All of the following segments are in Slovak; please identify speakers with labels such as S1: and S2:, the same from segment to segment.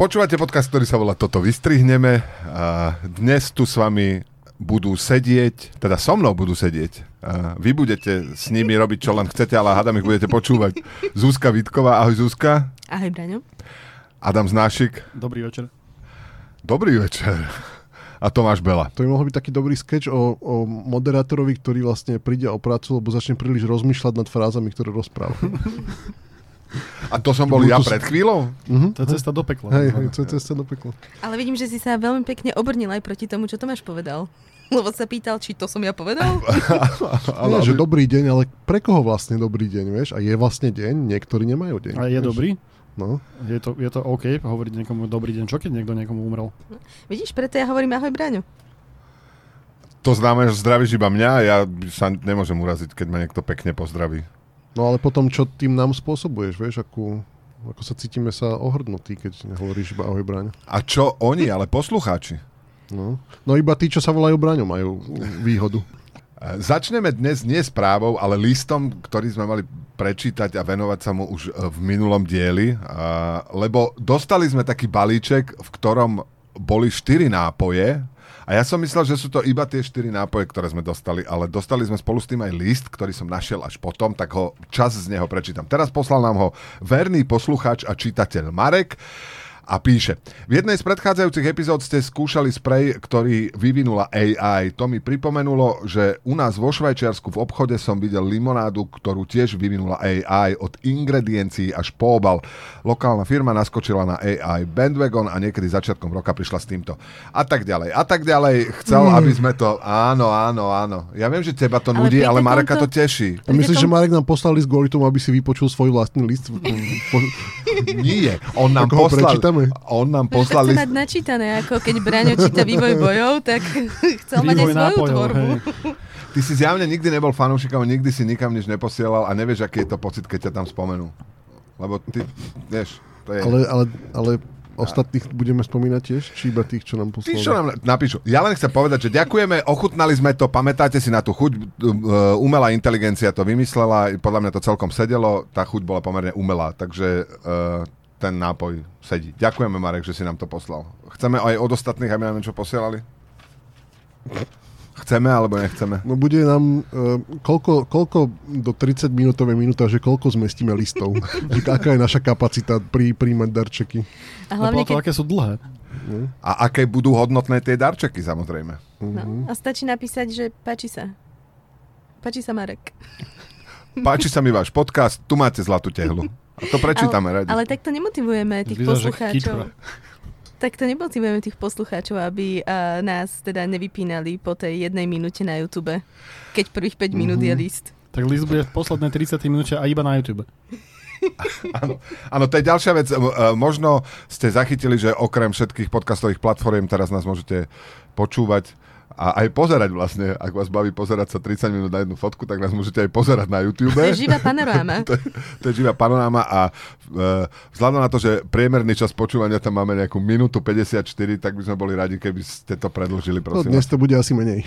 S1: Počúvate podcast, ktorý sa volá Toto vystrihneme. A dnes tu s vami budú sedieť, teda so mnou budú sedieť. A vy budete s nimi robiť, čo len chcete, ale hádam ich budete počúvať. Zuzka Vítková, ahoj Zuzka.
S2: Ahoj, Braňo.
S1: Adam Znášik,
S3: Dobrý večer.
S1: dobrý večer. A Tomáš Bela.
S4: To by mohol byť taký dobrý sketch o, o moderátorovi, ktorý vlastne príde o prácu, lebo začne príliš rozmýšľať nad frázami, ktoré rozpráva.
S1: A to som bol
S4: Budú
S1: ja
S4: tu s-
S1: pred chvíľou?
S4: Mhm.
S3: To je cesta do pekla.
S4: Hej, hej, to je cesta do pekla.
S2: Ale vidím, že si sa veľmi pekne obrnil aj proti tomu, čo Tomáš povedal. Lebo sa pýtal, či to som ja povedal.
S4: Ale, Nie, že dobrý deň, ale pre koho vlastne dobrý deň, vieš? A je vlastne deň, niektorí nemajú deň.
S3: A je
S4: vieš?
S3: dobrý?
S4: No.
S3: Je to, je to OK hovoriť niekomu dobrý deň, čo keď niekto niekomu umrel?
S2: Vidíš, preto ja hovorím ahoj, Braňo.
S1: To znamená, že zdravíš iba mňa a ja sa nemôžem uraziť, keď ma niekto pekne pozdraví.
S4: no ale potom, čo tým nám spôsobuješ, vieš, akú, ako sa cítime sa ohrnutí, keď hovoríš iba ahoj Braň.
S1: A čo oni, ale poslucháči?
S4: No. no iba tí, čo sa volajú Braňo, majú výhodu.
S1: E, Začneme dnes nie správou, ale listom, ktorý sme mali prečítať a venovať sa mu už e, v minulom dieli, a- lebo dostali sme taký balíček, v ktorom boli štyri nápoje a ja som myslel, že sú to iba tie štyri nápoje, ktoré sme dostali, ale dostali sme spolu s tým aj list, ktorý som našiel až potom, tak ho čas z neho prečítam. Teraz poslal nám ho verný poslucháč a čitateľ Marek. A píše, v jednej z predchádzajúcich epizód ste skúšali sprej, ktorý vyvinula AI. To mi pripomenulo, že u nás vo Švajčiarsku v obchode som videl limonádu, ktorú tiež vyvinula AI od ingrediencií až po obal. Lokálna firma naskočila na AI bandwagon a niekedy začiatkom roka prišla s týmto. A tak ďalej, a tak ďalej. Chcel, aby sme to... Áno, áno, áno. Ja viem, že teba to
S2: Mm. Ale
S1: nudí,
S2: pri
S1: ale
S2: takomto-
S1: Mareka to teší.
S4: A myslíš,
S2: Pri
S4: že
S2: takom-
S4: Marek nám poslal list kvôli tomu, aby si vypočul svoj vlastný list? Po-
S1: Nie, on nám
S4: Tak ho
S1: poslal...
S4: prečítame.
S1: On nám
S2: Pretože
S1: poslal
S2: chce
S1: list...
S2: mať načítané, ako keď Braňo číta vývoj bojov, tak chcel mať aj svoju tvorbu.
S3: hej.
S1: Ty si zjavne nikdy nebol fanúšikom, nikdy si nikam nič neposielal a nevieš, aký je to pocit, keď ťa tam spomenú. Lebo ty, vieš, to je...
S4: Ale, ale, ale ostatných budeme spomínať tiež, či iba tých, čo nám
S1: Ty
S4: poslali.
S1: čo nám napíšu? Ja len chcem povedať, že ďakujeme, ochutnali sme to, pamätáte si na tú chuť, um, uh, umelá inteligencia to vymyslela, podľa mňa to celkom sedelo, tá chuť bola pomerne umelá, takže uh, ten nápoj sedí. Ďakujeme, Marek, že si nám to poslal. Chceme aj od ostatných, aby nám niečo posielali? Chceme alebo nechceme?
S4: No bude nám, uh, koľko, koľko do 30 minútovej minúta, že koľko zmestíme listov. že aká je naša kapacita pri príjmať darčeky.
S2: A
S3: A
S2: hlavne,
S3: to,
S2: keď...
S3: aké sú dlhé.
S1: A aké budú hodnotné tie darčeky, samozrejme.
S2: No, a stačí napísať, že páči sa. Páči sa Marek.
S1: Páči sa mi váš podcast, tu máte zlatú tehlu. A to prečítame
S2: ale,
S1: radi.
S2: ale takto nemotivujeme tých
S3: Vyzerá, že kytra.
S2: poslucháčov. Takto nemotivujeme tých poslucháčov, aby a, nás teda nevypínali po tej jednej minúte na YouTube, keď prvých 5 minút je list.
S3: Tak list bude v poslednej 30 minúte a iba na YouTube.
S1: Áno, to je ďalšia vec. E, e, Možno ste zachytili, že okrem všetkých podcastových platform teraz nás môžete počúvať a aj pozerať vlastne. Ak vás baví pozerať sa 30 minút na jednu fotku, tak nás môžete aj pozerať na YouTube.
S2: To je živá panoráma.
S1: to, je- to je živá panoráma a e, vzhľadom na to, že priemerný čas počúvania tam máme nejakú minútu 54, tak by sme boli radi, keby ste to predlžili,
S4: No,
S1: prosím. vás.
S4: dnes to bude asi menej.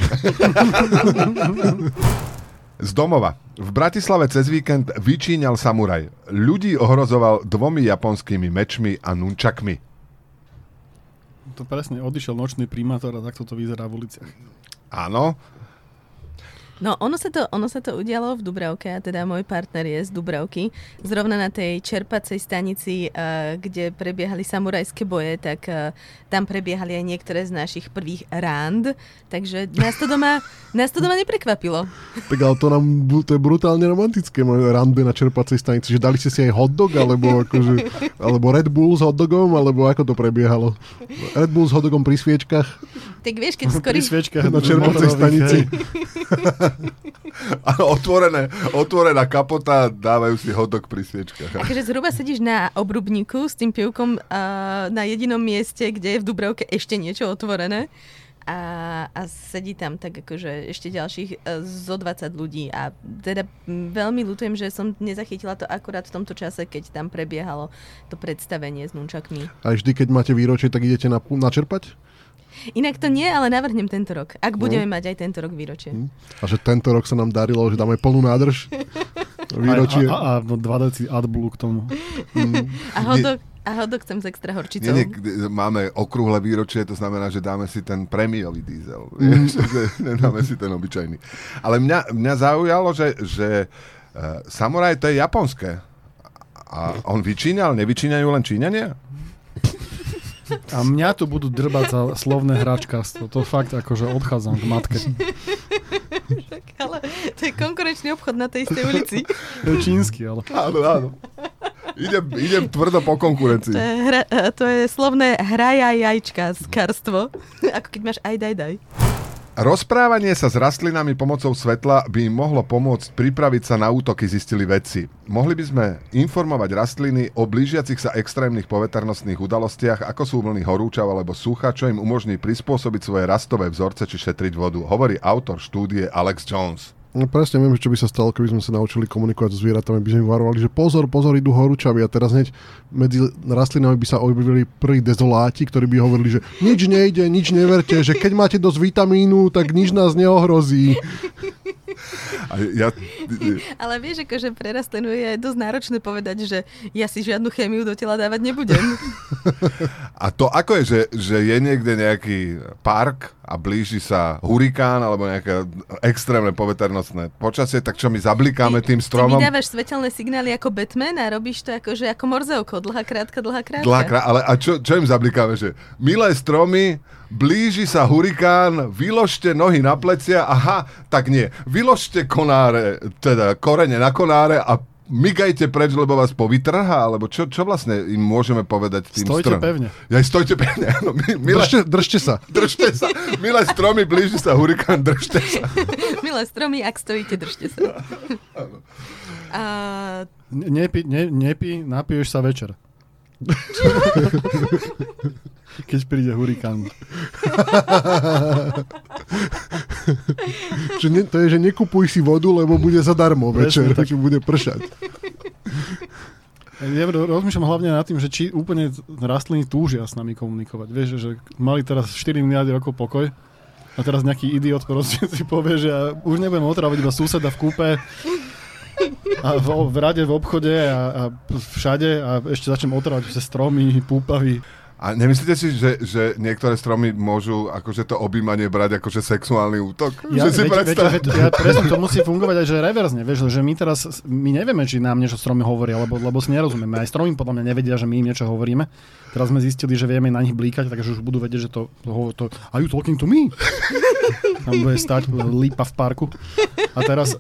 S1: Z domova. V Bratislave cez víkend vyčíňal samuraj. Ľudí ohrozoval dvomi japonskými mečmi a nunčakmi.
S3: To presne, odišiel nočný primátor a takto to vyzerá v uliciach.
S1: Áno,
S2: No, ono sa, to, ono sa to udialo v Dubravke, a teda môj partner je z Dubravky. Zrovna na tej čerpacej stanici, eh, kde prebiehali samurajské boje, tak eh, tam prebiehali aj niektoré z našich prvých rand. Takže nás to doma, nás to doma neprekvapilo.
S4: tak ale to, nám, bu- to je brutálne romantické, moje rande na čerpacej stanici. Že dali ste si aj hot dog, alebo, akože, alebo Red Bull s hot dogom, alebo ako to prebiehalo. Red Bull s hot dogom pri sviečkach.
S2: Tak vieš, keď
S3: Pri
S2: skorý...
S3: sviečkach
S4: Na čerpacej
S3: motorových,
S4: stanici.
S3: hej.
S1: Áno, otvorené, otvorená kapota, dávajú si hodok pri sviečkach.
S2: Akože zhruba sedíš na obrubníku s tým pivkom a na jedinom mieste, kde je v Dubrovke ešte niečo otvorené. A, a sedí tam tak akože ešte ďalších e, zo 20 ľudí a teda mm, veľmi ľutujem, že som nezachytila to akurát v tomto čase, keď tam prebiehalo to predstavenie s nunčakmi.
S4: A vždy, keď máte výročie, tak idete na, načerpať?
S2: Inak to nie, ale navrhnem tento
S1: No. Hm.
S2: rok, ak budeme mať aj tento rok výročie.
S4: A že tento rok sa nám darilo, že dáme plnú nádrž. Výročie.
S3: A, a, a, no, 2 deci AdBlue k tomu.
S2: A hodok, a hodok chcem s extra horčicou.
S1: Nie, nie, kde- máme okrúhle výročie, to znamená, že dáme si ten prémiový diesel. Vieš, že Nedáme si ten obyčajný. Ale mňa, mňa zaujalo, že, že uh, samuraj to je japonské. A on vyčínal, nevyčínajú len Číňania?
S3: A mňa tu budú drbať za slovné hračkárstvo. To fakt akože odchádzam k matke.
S2: Tak, ale to je konkurenčný obchod na tej istej ulici.
S3: To je čínsky, ale...
S1: Áno, áno. Idem, idem tvrdo po
S2: To
S1: konkurencii.
S2: je, hra, eh, to je slovné hraja jajčka skarstvo. Ako keď máš aj daj daj.
S1: Rozprávanie sa s rastlinami pomocou svetla by im mohlo pomôcť pripraviť sa na útoky, zistili vedci. Mohli by sme informovať rastliny o blížiacich sa extrémnych poveternostných udalostiach, ako sú vlny horúčav alebo sucha, čo im umožní prispôsobiť svoje rastové vzorce či šetriť vodu, hovorí autor štúdie Alex Jones.
S4: No presne viem, čo by sa stalo, keby sme sa naučili komunikovať so zvieratami, by sme ich varovali, že pozor, pozor, idú horúčavi a teraz hneď medzi rastlinami by sa objavili prví dezoláti, ktorí by hovorili, že nič nejde, nič neverte, že keď máte dosť vitamínu, tak nič nás neohrozí.
S1: A ja,
S2: Ale vieš, akože pre rastlinu je dosť náročné povedať, že ja si žiadnu chémiu do tela dávať nebudem.
S1: a to ako je, že, že je niekde nejaký park a blíži sa hurikán alebo nejaké extrémne poveternostné počasie, tak čo my zablikáme tým stromom?
S2: Ty mi dávaš svetelné signály ako Batman a robíš to akože ako morzeoko. Dlhá, krátka, dlhá, krátka.
S1: Dlhá krá... Ale a čo, čo im zablikáme, že milé stromy, blíži sa hurikán, vyložte nohy na plecia, aha, tak nie, vyložte konáre, teda korene na konáre a migajte preč, lebo vás povytrhá, alebo čo, čo vlastne im môžeme povedať tým
S3: Stojte
S1: strom?
S3: pevne.
S1: Ja, stojte pevne, áno, mi, milé,
S4: Držte, držte sa.
S1: držte sa, milé stromy, blíži sa hurikán, držte sa.
S2: Milé stromy, ak stojíte, držte sa. A,
S3: Ne- Nepi, ne, nepi, napiješ sa večer. Keď príde hurikán.
S4: Že ne, to je, že nekupuj si vodu, lebo bude zadarmo večer,
S3: Presne tak.
S4: keď bude pršať.
S3: Ja ro- rozmýšľam hlavne nad tým, že či úplne rastliny túžia s nami komunikovať. Vieš, že mali teraz 4 miliardy rokov pokoj a teraz nejaký idiot proste si povie, že ja už nebudem otravovať iba suseda v kúpe a v, v rade, v obchode a, a všade a ešte začnem otravovať sa stromy, púpavy.
S1: A nemyslíte si, že, že niektoré stromy môžu akože to objímanie brať akože sexuálny útok? že si
S3: veď- veď-
S1: predstav-
S3: veď- ja presne, to musí fungovať aj že reverzne, vieš, že my teraz, my nevieme, či nám niečo stromy hovoria, lebo, lebo si nerozumieme. Aj stromy podľa mňa nevedia, že my im niečo hovoríme. Teraz sme zistili, že vieme na nich blíkať, takže už budú vedieť, že to, to, hovo- to are you talking to me? Tam bude stať lípa v parku. A teraz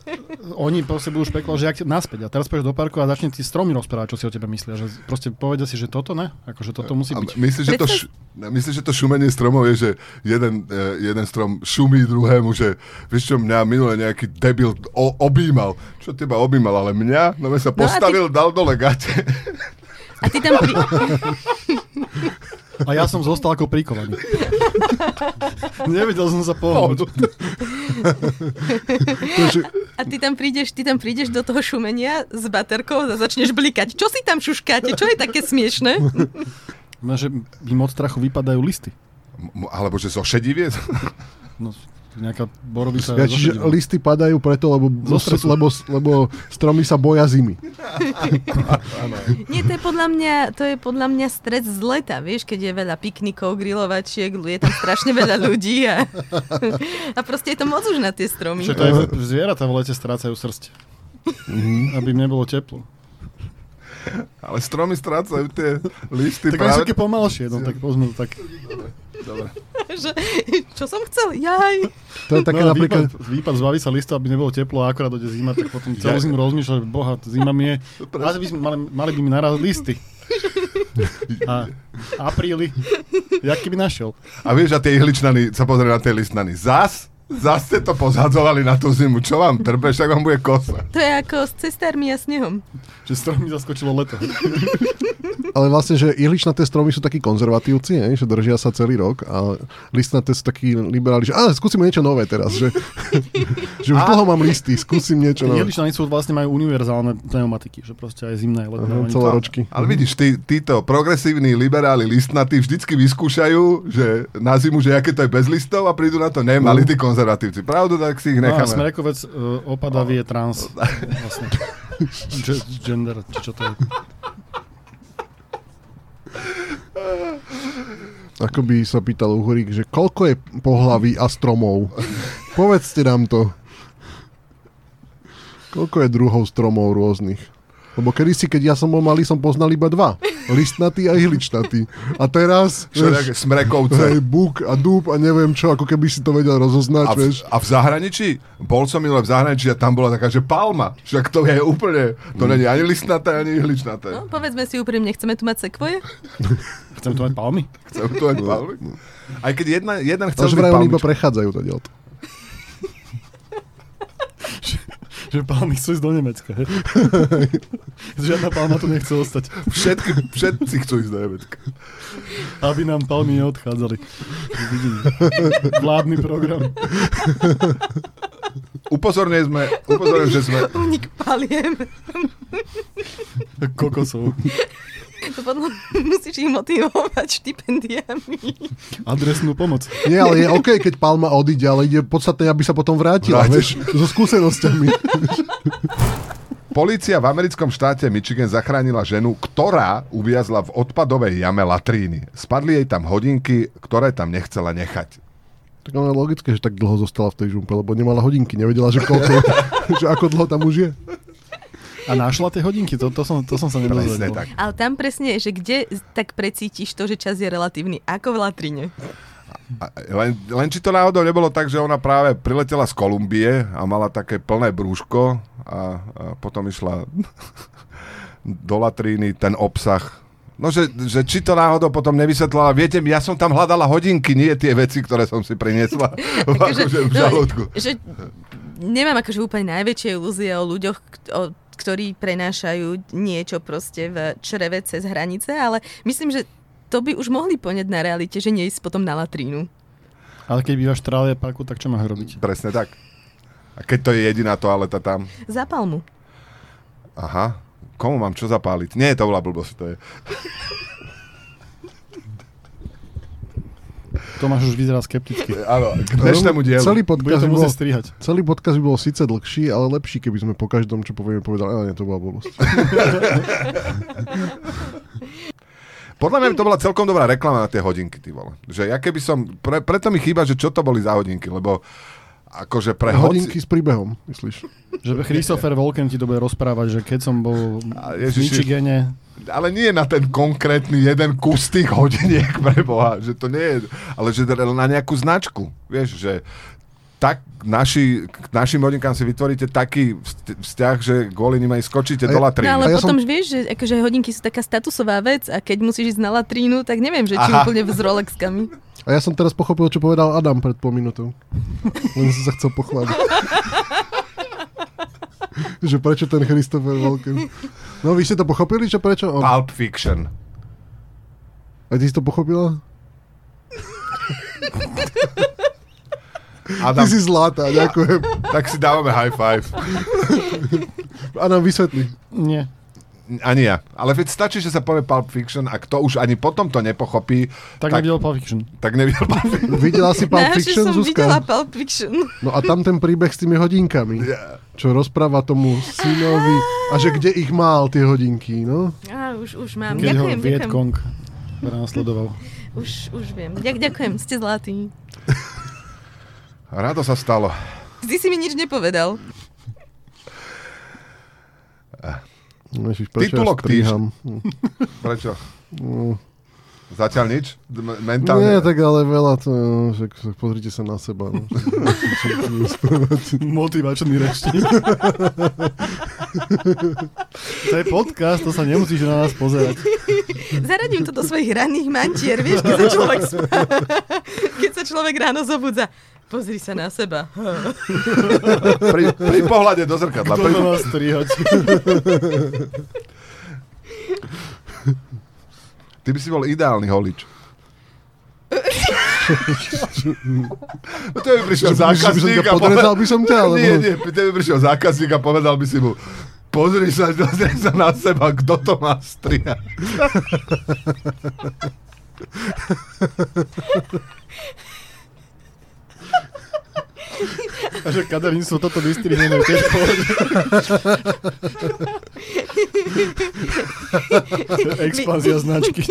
S3: oni proste budú špekulovať, že jak te- naspäť. A teraz pôjdeš do parku a začne ti stromy rozprávať, čo si o tebe myslia. Že proste povedia si, že toto ne, akože toto musí
S1: A
S3: byť.
S1: Myslíš, že, to š-
S2: Predstav-
S1: myslíš, že to šumenie stromov je, že jeden, eh, jeden strom šumí druhému, že vieš čo, mňa minule nejaký debil o- objímal. Čo teba objímal, ale mňa? No ja sa
S2: No a ty-
S1: postavil, dal dole gate.
S2: a ty tam pri...
S3: A ja som zostal ako prikovaný. Nevedel som sa
S1: No,
S3: pohnúť.
S4: Takže,
S2: A ty tam prídeš, ty tam prídeš do toho šumenia s baterkou a začneš blikať. Čo si tam šuškáte? Čo je také smiešne?
S3: No, že im od strachu vypadajú listy.
S1: M- alebo že zošedivie.
S3: No, nejaká borovica.
S4: ja, čiže
S3: zosadila.
S4: listy padajú preto, lebo,
S3: Zo stresu.
S4: lebo, lebo stromy sa boja zimy.
S2: Nie, to je podľa mňa, to je podľa mňa stres z leta, vieš, keď je veľa piknikov, grilovačiek, je tam strašne veľa ľudí a, a proste je to moc už na tie stromy.
S3: Že to aj v- zvieratá v lete strácajú srst.
S4: Mhm.
S3: Aby im nebolo teplo.
S1: Ale stromy strácajú tie listy
S3: tak aj sú
S1: práve...
S3: také pomalšie, no tak pozme to tak.
S1: Dobre.
S2: Že, čo som chcel? Jaj.
S4: To je také
S3: no, a
S4: napríklad...
S3: výpad, výpad zbaví sa listov, aby nebolo teplo a akorát dojde zima, tak potom
S1: Ja-
S3: celú zimu rozmýšľa, že boha, zima mi je. Asi by sme mali, mali by mi naraz listy. A apríli, jak keby našiel.
S1: A vieš, a tie ihličnany, sa pozrie na tie listnany. Zas? Zas ste to pozhadzovali na tú zimu. Čo vám trpeš, tak vám bude kosa.
S2: To je ako s cestármi a snehom.
S3: Že strom mi zaskočilo leto.
S4: Ale vlastne, že ihličnaté stromy sú takí konzervatívci, ne? že držia sa celý rok a listnaté sú takí liberáli, že ale skúsime niečo nové teraz, že, že už dlho mám listy, skúsim niečo nové.
S3: Jeličná sú vlastne majú univerzálne pneumatiky, že proste aj zimné, aj letné.
S4: Aha,
S3: Oni
S4: celé
S3: to-
S4: ročky.
S1: Ale vidíš, tí, títo progresívni liberáli listnatí vždycky vyskúšajú, že na zimu, že aké to je bez listov a prídu na to, ne, mali tí konzervatívci pravdu, tak si ich
S3: No a
S1: necháme.
S3: Smrekovec uh, opadavý je trans. Vlastne. Ge- Gender, či čo to je?
S4: Ako by sa pýtal Uhorík, že koľko je pohlaví a stromov? Povedzte nám to. Koľko je druhov stromov rôznych? Lebo kedysi, keď ja som bol malý, som poznal iba dva. Listnatý a ihličnatý. A teraz...
S1: Všelijaké
S4: vieš, to
S1: smrekovce.
S4: je búk a dúb a neviem čo, ako keby si to vedel rozoznať,
S1: A v,
S4: vieš.
S1: a v zahraničí? Bol som minule v zahraničí a tam bola taká, že palma. Však to je úplne,
S3: Mm.
S1: to není ani listnaté, ani ihličnaté.
S2: No, povedzme si úprimne, chceme tu mať sekvoje?
S3: Chcem tu mať palmy?
S1: Chcem to aj palmy. Aj keď jedna, jeden chcel
S4: To že
S1: byť
S4: vraj oni iba
S1: palmička.
S4: prechádzajú to dielto.
S3: Že palmy chcú ísť do Nemecka. hej? Žiadna palma tu nechce ostať.
S1: Všetky, všetci chcú ísť do Nemecka.
S3: Aby nám palmy neodchádzali. Vidím. Vládny program.
S1: Upozorňujem, sme, upozorňujem, že sme...
S2: Unik paliem.
S3: Kokosov.
S2: To podľa musíš ich motivovať štipendiami.
S3: Adresnú pomoc.
S4: Nie, ale je OK, keď Palma odíde, ale ide podstatné, aby sa potom vrátila,
S1: Vráti.
S4: vieš, so skúsenosťami.
S1: Polícia v americkom štáte Michigan zachránila ženu, ktorá uviazla v odpadovej jame latríny. Spadli jej tam hodinky, ktoré tam nechcela nechať.
S4: Tak ono je logické, že tak dlho zostala v tej žumpe, lebo nemala hodinky, nevedela, že koľko, že ako dlho tam už je.
S3: A našla tie hodinky, to, to, som, to som sa
S1: Presne
S3: nedozvedel.
S1: tak.
S2: Ale tam presne, že kde tak precítiš to, že čas je relatívny, ako v latrine.
S1: A- Len, len či to náhodou nebolo tak, že ona práve priletela z Kolumbie a mala také plné brúško a, a potom išla do latríny ten obsah. No, že, že či to náhodou potom nevysvetlala. Viete, ja som tam hľadala hodinky, nie tie veci, ktoré som si priniesla v, akože, v
S2: no,
S1: žalúdku.
S2: že nemám akože úplne najväčšie ilúzie o ľuďoch, k- o, ktorí prenášajú niečo proste v čreve cez hranice, ale myslím, že to by už mohli poňať na realite, že neísť potom na latrínu.
S3: Ale keď bývaš v trále parku, tak čo máš robiť?
S1: Presne tak. A keď to je jediná toaleta tam,
S2: Zapal mu.
S1: aha, komu mám čo zapáliť? Nie, to bola blbosť, to je.
S3: Tomáš už vyzerá skepticky.
S1: Áno, k dnešnému dielu.
S4: Celý
S3: Bude
S4: podcast,
S3: to
S4: by bol,
S3: musieť strihať.
S4: celý podcast by bol síce dlhší, ale lepší, keby sme po každom, čo povieme, povedali, ale nie, to bola blbosť.
S1: Podľa mňa by to bola celkom dobrá reklama na tie hodinky, ty vole. Že ja keby som, pre, preto mi chýba, že čo to boli za hodinky, lebo akože pre hodinky...
S4: Hodinky s príbehom, myslíš?
S3: Že Christopher Walken ti to bude rozprávať, že keď som bol
S1: A
S3: v
S1: Ježiši.
S3: Michigane,
S1: Hoci, ale nie na ten konkrétny jeden kus tých hodiniek, pre Boha, že to nie je, ale že teda na nejakú značku, vieš, že tak naši, k našim hodinkám si vytvoríte taký vst- vzťah, že kvôli nim aj skočíte do
S4: A-
S1: latríny.
S2: No ale
S4: A
S2: ja
S4: ja
S2: potom, som... vieš, že akože hodinky sú taká statusová vec a keď musíš ísť na latrínu, tak neviem, že či
S1: Aha.
S2: úplne s Rolexkami.
S4: A ja som teraz pochopil, čo povedal Adam pred pol minútou. Len som sa chcel pochváliť. že prečo ten Christopher Walken? No vy ste to pochopili, čo prečo? O,
S1: Pulp Fiction.
S4: A ty si to pochopila? Ty
S1: Adam,
S4: si zlatá, ďakujem.
S1: tak si dávame high five.
S4: Adam, vysvetli.
S3: nie.
S1: Ani ja. Ale veď stačí, že sa povie Pulp Fiction a kto už ani potom to nepochopí,
S3: Tak,
S1: Tak-
S3: tak nevidel Pulp Fiction.
S1: tak nevidel Pulp Fiction.
S4: Videla si Pulp
S2: Ne, No, že
S4: Fiction,
S2: som videla
S4: Zuzka?
S2: Pulp Fiction.
S4: No a tam ten príbeh s tými hodinkami, čo rozpráva tomu synovi a že kde ich mal tie hodinky, no?
S2: Á, už, už mám.
S3: Keď ho
S2: ďakujem, ďakujem.
S3: Vietkong prenasledoval.
S2: Už, už viem. Ďak, ďakujem, ste zlatí.
S1: Rado sa stalo.
S2: Ty si mi nič nepovedal.
S4: Ježiš, prečo
S1: Titulok
S4: ja striham? Hm.
S1: Prečo?
S4: No.
S1: Zatiaľ nič? M- mentálne?
S4: Nie, tak ale veľa to, no, však však pozrite sa na seba. No.
S3: Motivačný rečník. to je podcast, to sa nemusíš na nás pozerať.
S2: Zaradím to do svojich ranných mantier, vieš, keď sa človek spá. Keď sa človek ráno zobudza. Pozri sa na seba.
S1: Pri, pri pohľade do zrkadla.
S3: Kto
S1: Pri...
S3: to má strihať?
S1: Ty by si bol ideálny holič. No to by prišiel
S4: Že by- že by som
S1: zákazník
S4: ťa
S1: a
S4: podrezal by som ťa, alebo...
S1: Nie, nie, to by prišiel zákazník a povedal by si mu pozri sa, pozri sa na seba, kto to má strihať.
S3: A že kaderníctvo toto vystrihneme tiež v pohode. Expanzia značky.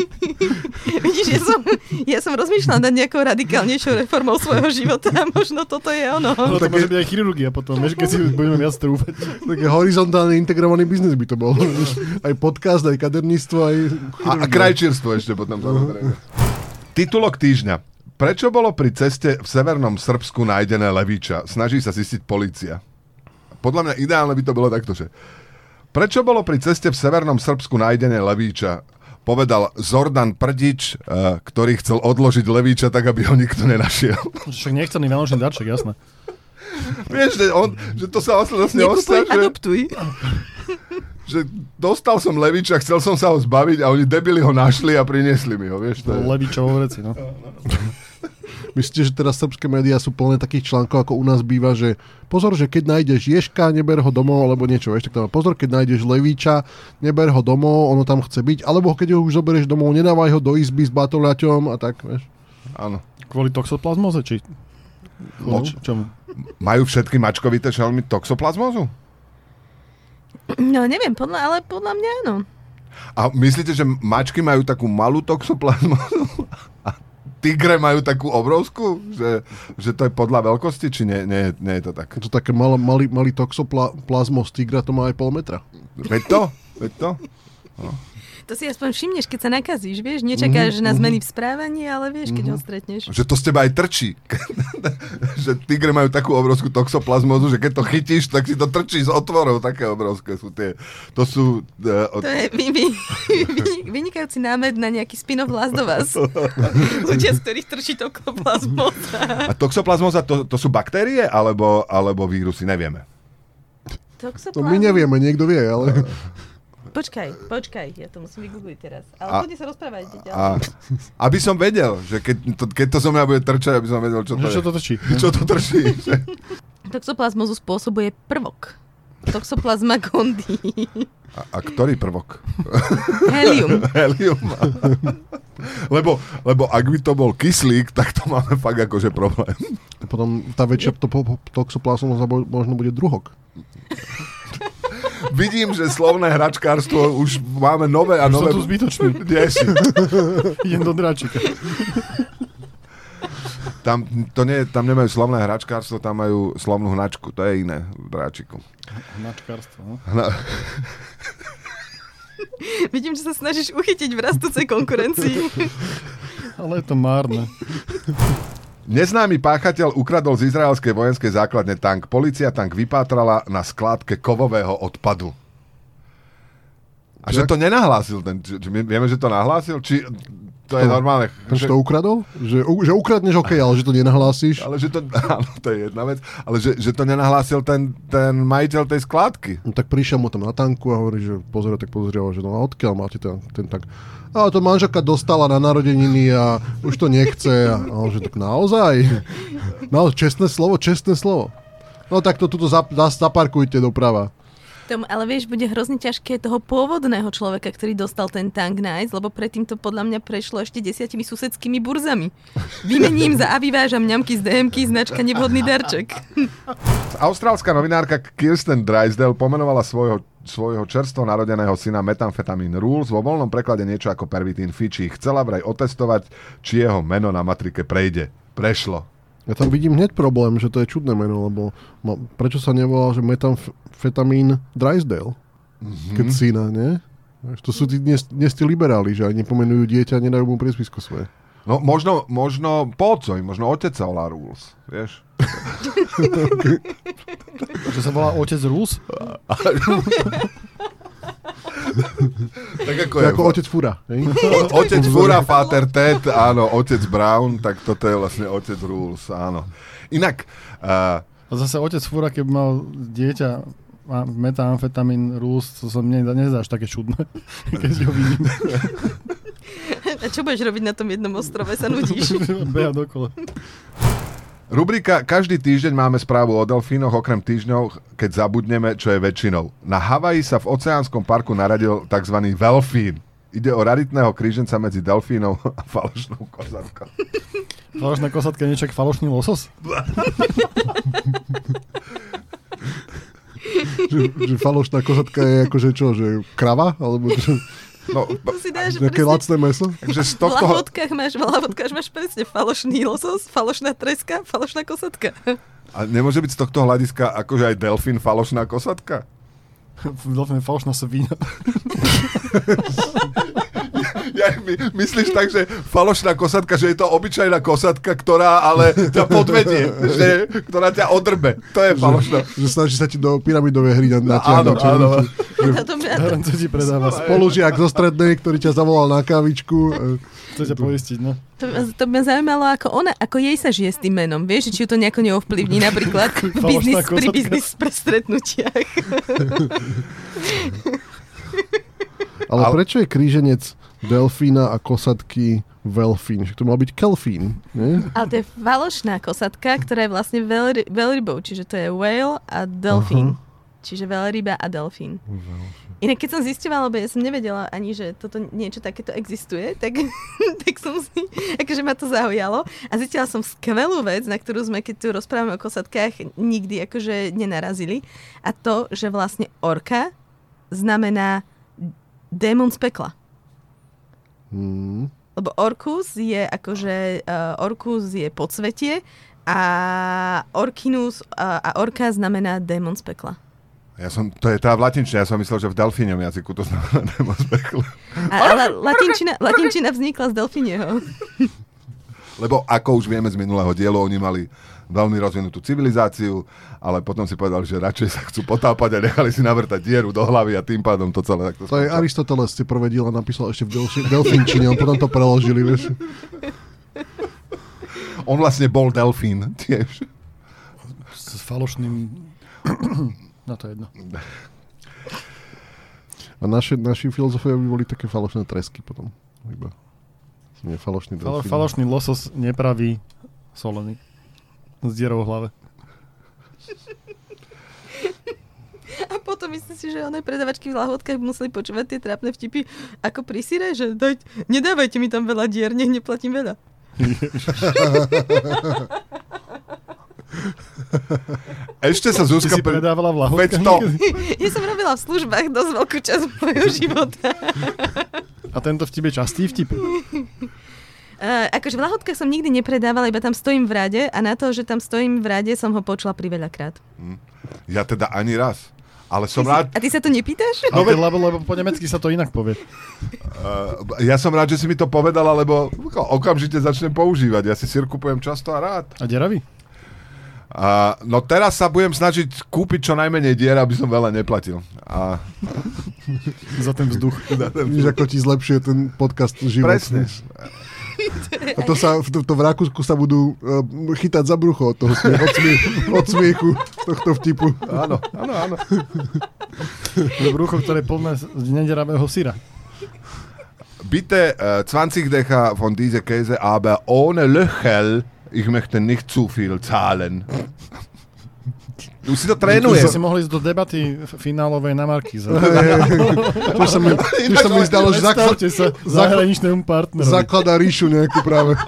S2: Vidíš, ja som, ja som rozmýšľala nad nejakou radikálnejšou reformou svojho života a možno toto je ono.
S3: No to
S4: také-
S3: môže byť aj chirurgia potom, vieš, keď si budeme viac trúfať.
S4: Taký horizontálne integrovaný biznis by to bol. aj podcast, aj kaderníctvo, aj...
S1: A, a krajčírstvo ešte potom. samozrejme. Titulok týždňa. Prečo bolo pri ceste v severnom Srbsku nájdené leviča? Snaží sa zistiť policia. Podľa mňa ideálne by to bolo takto, že... Prečo bolo pri ceste v severnom Srbsku nájdené levíča? Povedal Zordan Prdič, eh, ktorý chcel odložiť levíča tak, aby ho nikto nenašiel.
S3: Však nechcený vianočný darček, jasné.
S1: Vieš, že, on, že to sa vlastne
S2: Nekupuj,
S1: ostáže,
S2: adoptuj.
S1: že dostal som leviča, chcel som sa ho zbaviť a oni debili ho našli a priniesli mi ho, vieš. To je...
S3: Levičo vo vreci, no.
S4: Myslíte, že teraz srbské médiá sú plné takých článkov, ako u nás býva, že pozor, že keď nájdeš Ježka, neber ho domov, alebo niečo, vieš, tak tam pozor, keď nájdeš Levíča, neber ho domov, ono tam chce byť, alebo keď ho už zoberieš domov, nedávaj ho do izby s batoľaťom a tak, vieš.
S1: Áno.
S3: Kvôli toxoplazmoze, či... No, č- čomu?
S1: Majú všetky mačkovité šelmy toxoplazmózu?
S2: No neviem, podľa, ale podľa mňa áno.
S1: A myslíte, že mačky majú takú malú toxoplazmózu? A tigre majú takú obrovskú? Že, že to je podľa veľkosti? Či nie, nie, nie je to tak?
S4: Je to také mal, malý, malý toxoplazmos tigra, to má aj pol metra.
S1: Veď to? Veď to?
S2: To si aspoň všimneš, keď sa nakazíš, vieš, nečakáš
S4: Mhm,
S2: na zmeny v správaní, ale vieš, keď ho stretneš.
S1: Že to z teba aj trčí. že tigre majú takú obrovskú toxoplazmózu, že keď to chytíš, tak si to trčí z otvorov. Také obrovské sú tie. To sú... eh, od...
S2: To je vy, vy, vy- vynikajúci námed na nejaký spin-off Last of Us. Ľudia, z ktorých trčí to
S1: A
S2: koplazmota.
S1: toxoplazmóza, to, to sú baktérie alebo, alebo vírusy? Nevieme.
S4: To No, my nevieme, niekto vie, ale...
S2: Počkaj, počkaj, ja to musím vygoogliť teraz. Ale
S1: A-
S2: poďte sa rozprávať, dieťa.
S1: A aby som vedel, že keď to, keď to zo mňa bude trčať, aby som vedel, čo No, to je.
S3: Že čo to točí?
S1: Čo to trčí? že-
S2: Toxoplasmozu spôsobuje prvok. Toxoplasma gondii.
S1: A, a ktorý prvok?
S2: Helium.
S1: Helium. lebo, lebo ak by to bol kyslík, tak to máme fakt akože problém.
S4: Potom tá väčšia to, po, po, toxoplasmoza bo- možno bude druhok.
S1: Vidím, že slovné hračkárstvo už máme nové a
S3: Už som
S1: nové...
S3: tu zbytočný.
S1: Nie si.
S3: Idem do dráčika.
S1: Tam, to nie, tam nemajú slovné hračkárstvo, tam majú slovnú hnačku. To je iné v dráčiku.
S3: Hnačkárstvo, no.
S2: Vidím, že sa snažíš uchytiť v rastúcej konkurencii.
S3: Ale je to márne.
S1: Neznámy páchateľ ukradol z izraelskej vojenskej základne tank. Polícia tank vypátrala na skládke kovového odpadu. A že to nenahlásil ten, či, či my vieme, že to nahlásil? Či to je
S4: To-
S1: normálne? že-
S4: Prečo to ukradol? Že, u- že ukradneš hokej, ale že to nenahlásíš?
S1: ale že to, áno, to je jedna vec, ale že, že to nenahlásil ten, ten majiteľ tej skládky.
S4: No tak prišiel mu tam na tanku a hovorí, že pozrie, tak pozrie, že no a odkiaľ máte ten, ten tank? A to manželka dostala na narodeniny a už to nechce. A, a on, že tak naozaj? Naozaj, čestné slovo, čestné slovo. No tak to tuto zap, zas- zaparkujte doprava.
S2: Tom, ale vieš, bude hrozne ťažké toho pôvodného človeka, ktorý dostal ten tank nájsť, lebo predtým to podľa mňa prešlo ešte desiatimi susedskými burzami. Vymením za a vyvážam ňamky z DMky značka nevhodný darček.
S1: Austrálska novinárka Kirsten Drysdale pomenovala svojho, svojho čerstvo narodeného syna Methamphetamine Rules vo voľnom preklade niečo ako pervitín Fiči. Chcela vraj otestovať, či jeho meno na matrike prejde. Prešlo.
S4: Ja tam vidím hneď problém, že to je čudné meno, lebo ma, prečo sa nevolá, že metamfetamín Drysdale?
S1: Mhm.
S4: Mm-hmm. Keď syna, nie? Až To sú tí dnes, dnes tí liberáli, že aj nepomenujú dieťa, a nedajú mu priezvisko svoje.
S1: No možno, možno po otcovi, možno otec sa volá Rules, vieš?
S3: Že sa volá otec Rus?
S1: Tak ako
S4: To je ako otec fura. hej?
S1: O, otec Fura, Pater Ted, áno, otec Brown, tak toto je vlastne otec Rules, áno. Inak, uh,
S3: A zase otec fúra, keby mal dieťa a metamfetamín rúst, to sa mne nezdáš také čudné, keď ho vidím.
S2: A čo budeš robiť na tom jednom ostrove, sa nudíš?
S3: Beha dokola.
S1: Rubrika Každý týždeň máme správu o delfínoch, okrem týždňov, keď zabudneme, čo je väčšinou. Na Havaji sa v oceánskom parku naradil tzv. velfín. Ide o raritného kríženca medzi delfínom a falošnou kozatkou.
S3: Falošná kosatka je niečo ako falošný losos?
S4: Že, že falošná kozatka je akože čo, že krava? Alebo že,
S1: No,
S2: To si dáš
S4: nejaké
S2: presne...
S4: lacné meso?
S1: takže z
S2: V
S1: tohto...
S2: lahodkách máš, v lahodkách máš presne falošný losos, falošná treska, falošná kosatka.
S1: A nemôže byť z tohto hľadiska akože aj delfín falošná kosatka?
S3: Dolfin je Vlastne falošná svíňa.
S1: Ja, my, myslíš tak, že falošná kosatka, že je to obyčajná kosatka, ktorá ale ťa podvedie, že, ktorá ťa odrbe. To je falošná. No,
S4: Že snaží sa ti do pyramidovej hry na-
S1: Áno,
S4: natiahnuť. čo?
S1: áno.
S2: Na tom, ja,
S3: Heren, to ti predáva.
S4: Spolužiak zo strednej, ktorý ťa zavolal na kávičku. e,
S3: Chce ťa poistiť, no.
S2: to, to ma zaujímalo, ako ona, ako jej sa žije s tým menom. Vieš, že či ju to nejako neovplyvní napríklad v
S3: Falošná
S2: biznis, pri
S3: kozatka.
S2: biznis pre stretnutiach.
S4: Ale
S1: Ale-
S4: prečo je kríženec delfína a kosatky velfín? Však to mal byť kelfín, nie?
S2: Ale to je falošná kosatka, ktorá je vlastne veľry, veľrybou, čiže to je whale a delfín. Čiže veľryba a delfín. Inak keď som zistila, lebo ja som nevedela ani, že toto niečo takéto existuje, tak, tak som si, akože ma to zaujalo. A zistila som skvelú vec, na ktorú sme, keď tu rozprávame o kosatkách, nikdy akože nenarazili. A to, že vlastne orka znamená démon z pekla.
S4: Hmm.
S2: Lebo Orkus je akože, uh, Orkus je podsvetie a Orkinus uh, a Orka znamená démon z pekla.
S1: Ja som, to je tá v latinčine, ja som myslel, že v delfínom jazyku to znamená démon z pekla.
S2: A, ale latinčina, latinčina vznikla z delfinieho.
S1: Lebo ako už vieme z minulého dielu, oni mali veľmi rozvinutú civilizáciu, ale potom si povedali, že radšej sa chcú potápať a nechali si navrtať dieru do hlavy a tým pádom to celé takto
S4: To je
S1: skončilo.
S4: Aristoteles, si prvé dielo napísal ešte v delši- delfínčine, on potom to preložili, vieš.
S1: On vlastne bol delfín tiež.
S3: S falošným... No to je jedno.
S4: A naše, naši filozofia by boli také falošné tresky potom. Iba. Nie, falošný
S3: Falo,
S4: delfín.
S3: falošný losos nepraví solený. S dierou v hlave.
S2: A potom myslím si, že oné predavačky v lahodkách museli počúvať tie trápne vtipy ako pri síre, že daj, nedávajte mi tam veľa dier, nech neplatím veľa.
S1: Ešte sa
S3: Ty
S1: Zuzka...
S3: si
S1: pri-
S3: predávala v lahodkách?
S1: Veď to.
S3: niekedy?
S2: Ja som robila v službách dosť veľkú časť mojho života.
S3: A tento vtip je častý vtip?
S2: Uh, akože v lahodkách som nikdy nepredávala, iba tam stojím v rade a na to, že tam stojím v rade, som ho počula pri veľakrát.
S1: Ja teda ani raz. Ale som
S2: Ty si-
S1: rád,
S2: A ty sa to nepýtaš?
S3: No, lebo, lebo, lebo po nemecky sa to inak povie.
S1: Uh, ja som rád, že si mi to povedala, lebo okamžite začnem používať. Ja si sír kupujem často a rád.
S3: A deravý?
S1: A, no teraz sa budem snažiť kúpiť čo najmenej dier, aby som veľa neplatil. A,
S3: Za ten vzduch.
S4: Vidíš, ako ti zlepšuje ten podcast život.
S1: presne.
S4: A to sa, v, to, to v Rakúsku sa budú uh, chytať za brucho od toho smie- od, smie- od smiechu tohto vtipu.
S1: Áno, áno, áno.
S3: Brucho, ktoré je plné z nederavého syra.
S1: Bitte äh, 20 Dächer von dieser Käse, aber ohne Löchel. Ich möchte nicht zu viel zahlen. Už si to
S3: Trénuje. si
S1: trénujem.
S3: mohli ísť do debaty f- finálovej na Markíze.
S4: Tiež sa mi, tiež sa mi zdalo, že zakla,
S3: Predstavte sa zahraničnému partnerovi.
S4: zakladá ríšu nejakú práve.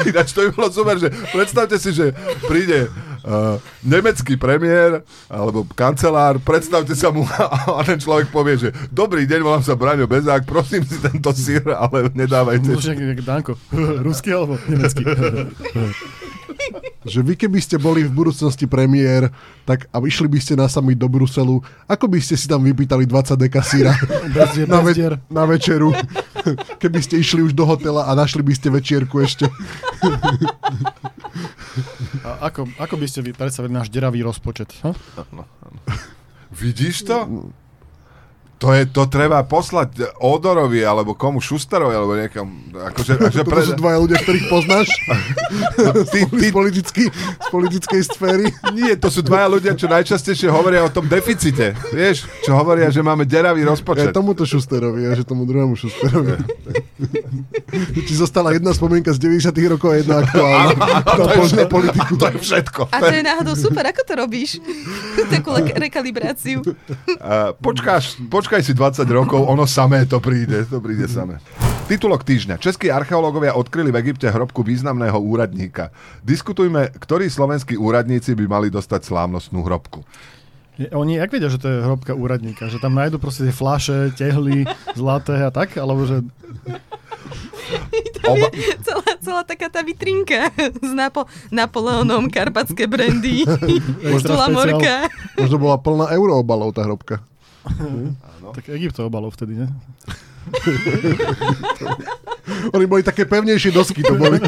S1: Ináč to by bolo super, že predstavte si, že príde uh, nemecký premiér alebo kancelár, predstavte sa mu a ten človek povie, že dobrý deň, volám sa Braňo Bezák, prosím si tento sír, ale nedávajte.
S3: Môžeš nejaký Danko. Ruský alebo nemecký?
S4: Že vy keby ste boli v budúcnosti premiér, tak a išli by ste na summit do Bruselu, ako by ste si tam vypýtali 20 deka síra
S3: Bez dier,
S4: na,
S3: bez
S4: ve-
S3: dier.
S4: na večeru? Keby ste išli už do hotela a našli by ste večierku ešte.
S3: A ako, ako by ste vy predstavili náš deravý rozpočet? Hm?
S1: Vidíš to? To, je, to treba poslať Odorovi alebo komu Šusterovi alebo niekam. Akože, akože
S4: Toto sú
S1: pre...
S4: dvaja ľudia, ktorých poznáš
S1: ty, ty,
S4: z, politicky, z politickej sféry.
S1: nie, to sú dvaja ľudia, čo najčastejšie hovoria o tom deficite. Vieš, čo hovoria, že máme deravý
S4: Ja
S1: rozpočet.
S4: tomuto Šusterovi, ja že tomu druhému Šusterovi. Ti zostala jedna spomienka z 90 rokov a jedna aktuálna. Tá požná politiku.
S1: To je všetko.
S2: A to je náhodou super, ako to robíš? Takú le- rekalibráciu.
S1: Uh, počkáš, počkáš Počkaj si 20 rokov, ono samé to príde. To príde samé. Titulok týždňa. Českí archeológovia odkryli v Egypte hrobku významného úradníka. Diskutujme, ktorí slovenskí úradníci by mali dostať slávnostnú hrobku.
S3: Je- Oni jak vedia, že to je hrobka úradníka? Že tam nájdu proste tie flaše, tehly, zlaté a tak? Alebo že...
S2: Tam je celá, celá taká tá vitrinka s Napo- Napoleonom, karpatské brandy,
S3: Extra
S2: stula
S3: špeciál.
S2: morka.
S4: Možno bola plná euroobalov tá hrobka.
S3: Tak Egypt to obalov vtedy, ne?
S4: Oni boli také pevnejšie dosky, to boli.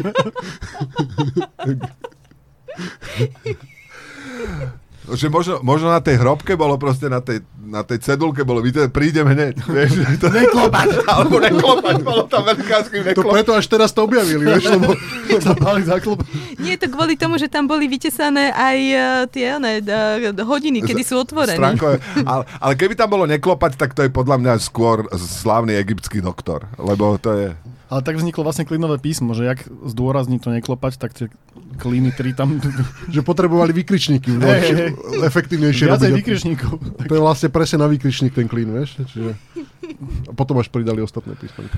S1: Že možno, možno na tej hrobke bolo proste, na tej, na tej cedulke bolo, vidíte, prídem hneď. Vieš, to... Neklopať! Alebo neklopať, bolo tam veľkáckým
S4: To
S1: neklopať.
S4: preto až teraz to objavili, vieš, lebo
S3: Zapáli za klub.
S2: Nie je to kvôli tomu, že tam boli vytesané aj eh, tie one, eh, hodiny, kedy sú otvorené.
S1: Stránko, ale, ale keby tam bolo neklopať, tak to je podľa mňa skôr slávny egyptský doktor. Lebo to je...
S3: Ale tak vzniklo vlastne klinové písmo, že jak zdôrazní to neklopať, tak tie kliny tri tam...
S4: že potrebovali vykričníky. No,
S3: Hej, hej.
S4: efektívnejšie
S3: Viacej
S4: robiť.
S3: vykričníkov.
S4: To je vlastne presne na výkričník ten klín, vieš? Čiže... A potom až pridali ostatné písmenky.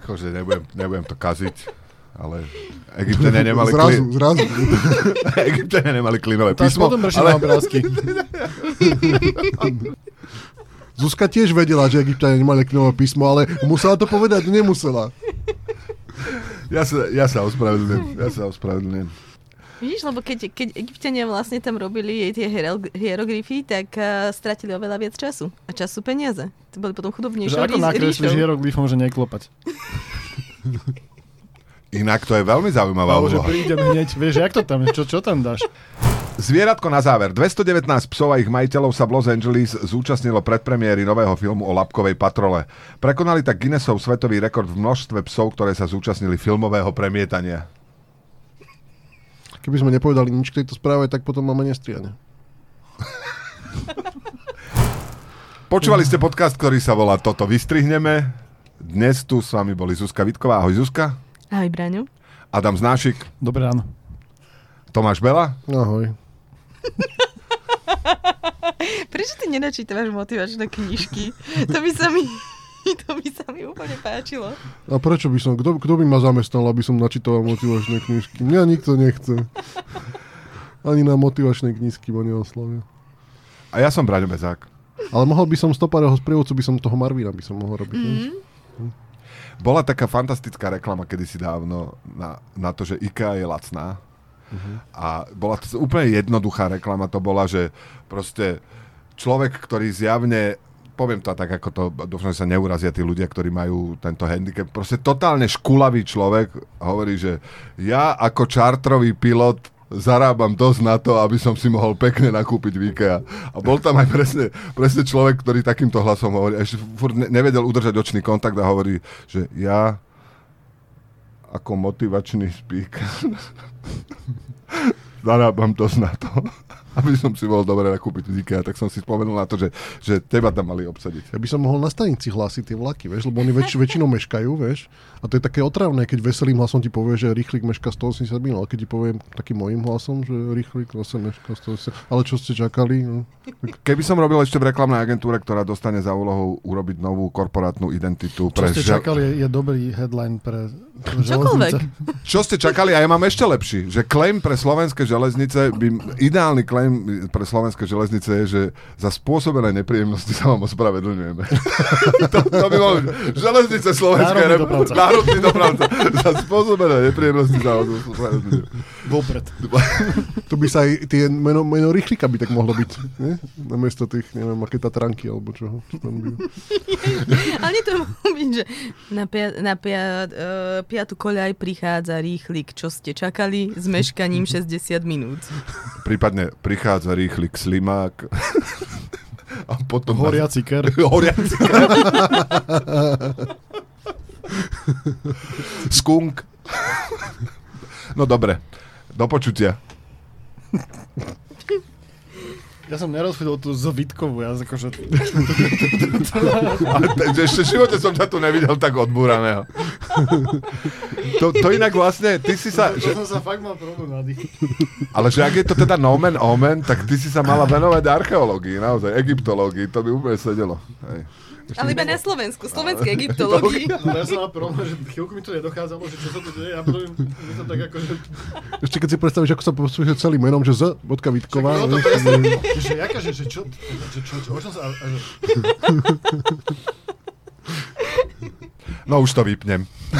S1: Akože nebudem, nebudem to kaziť, ale Egyptania nemali,
S4: zrazu,
S1: kli...
S4: zrazu.
S1: Egyptania nemali klinové
S3: Tak
S1: písmo,
S3: potom no, prešli na
S1: ale
S3: obrázky.
S4: Zuzka tiež vedela, že Egyptania nemali klinové písmo, ale musela to povedať, nemusela.
S1: ja sa, ja sa ospravedlňujem. Ja sa ospravedlňujem.
S2: Vidíš, lebo keď, keď Egyptiania vlastne tam robili jej tie hierog- hieroglyfy, tak uh, stratili oveľa viac času. A čas sú peniaze. To boli potom chudobnejšie
S3: Že ako nakreslíš hieroglyfom, že neklopať?
S1: Inak to je veľmi zaujímavá
S3: Alebo že
S1: úloha.
S3: prídem hneď, vieš, jak to tam je, čo, čo tam dáš?
S1: Zvieratko na záver. 219 psov a ich majiteľov sa v Los Angeles zúčastnilo predpremiéry nového filmu o labkovej patrole. Prekonali tak Guinnessov svetový rekord v množstve psov, ktoré sa zúčastnili filmového premietania.
S4: Keby sme nepovedali nič k tejto správe, tak potom máme nestriane.
S1: Počúvali ste podcast, ktorý sa volá Toto vystrihneme. Dnes tu s vami boli Zuzka Vitková. Ahoj Zuzka.
S2: Aj, Braňo.
S1: Adam Znášik.
S3: Dobré ráno.
S1: Tomáš Bela.
S4: Ahoj.
S2: Prečo ty nenačítavaš motivačné knižky? To by sa mi, to by sa mi úplne páčilo.
S4: A prečo by som, kto, kto by ma zamestnal, aby som načítal motivačné knižky? Mňa nikto nechce. Ani na motivačné knižky ma neoslovia.
S1: A ja som Braňo Bezák.
S4: Ale mohol by som stoparého sprievodcu, by som toho Marvina by som mohol robiť. Mm.
S3: Mhm.
S1: Bola taká fantastická reklama kedysi dávno na, na to, že IKEA je lacná. Uh-huh. A bola to úplne jednoduchá reklama. To bola, že proste človek, ktorý zjavne poviem to tak, ako to, dúfam, že sa neurazia tí ľudia, ktorí majú tento handicap. Proste totálne škulavý človek hovorí, že ja ako čartrový pilot zarábam dosť na to, aby som si mohol pekne nakúpiť v IKEA. A bol tam aj presne, presne človek, ktorý takýmto hlasom hovorí. A Ešte furt ne- nevedel udržať očný kontakt a hovorí, že ja ako motivačný speaker zarábam dosť na to, aby som si bol dobre nakúpiť v IKEA. Tak som si spomenul na to, že, že teba tam mali obsadiť.
S4: Ja by som mohol na stanici hlásiť tie vlaky, vieš, lebo oni väč, väčšinou meškajú, vieš. A to je také otravné, keď veselým hlasom ti povie, že rýchlik meška 180 minút, ale keď ti poviem takým mojim hlasom, že rýchlik zase meška 180, ale čo ste čakali? No.
S1: Keby som robil ešte v reklamnej agentúre, ktorá dostane za úlohou urobiť novú korporátnu identitu.
S3: Čo ste
S1: žel-
S3: čakali, je, je dobrý headline pre pre
S2: Čokoľvek.
S3: železnice.
S1: Čo ste čakali? A ja mám ešte lepší, že claim pre slovenské železnice, by, ideálny claim pre slovenské železnice je, že za spôsobené nepríjemnosti sa vám ospravedlňujeme. to, to by bolo, železnice slovenské,
S3: Národný dopravca.
S1: národný dopravca. za spôsobené nepríjemnosti sa vám ospravedlňujeme.
S3: Vopred.
S4: To by sa aj tie meno, meno rýchlika by tak mohlo byť, nie? Namiesto tých, neviem, aké tatranky alebo čo. čo tam býva.
S2: Ale nie to mohlo byť, že na, pia, na pia, uh, piatu koľaj prichádza rýchlik, čo ste čakali s meškaním 60 minút.
S1: Prípadne prichádza rýchlik slimák a potom...
S3: Horiaci ker.
S1: Horiaci. Skunk. No dobre. Do počutia.
S3: Ja som nerozchodil tú zvitkovú, ja akože...
S1: Ale te- ešte v živote som ťa tu nevidel tak odbúraného. To, to inak vlastne, ty si sa... Že,
S3: som sa fakt mal problém
S1: ale že ak je to teda nomen omen, tak ty si sa mala venovať archeológii, naozaj, egyptológii, to by úplne sedelo. Hej.
S2: Ale iba na Slovensku, slovenské egyptológii.
S3: Ale ja som mal problém, že chvíľku mi to nedochádzalo, že čo sa tu deje, ja potom mi to tak akože- ako, že,
S4: Ešte keď si predstavíš, ako sa popisuje celým menom, že Z, bodka
S3: Čak,
S4: Vitková.
S3: no to
S4: vieš,
S3: že jaká, že, že čo, že čo, čo, o čom sa, a, že,
S1: No už to vypnem.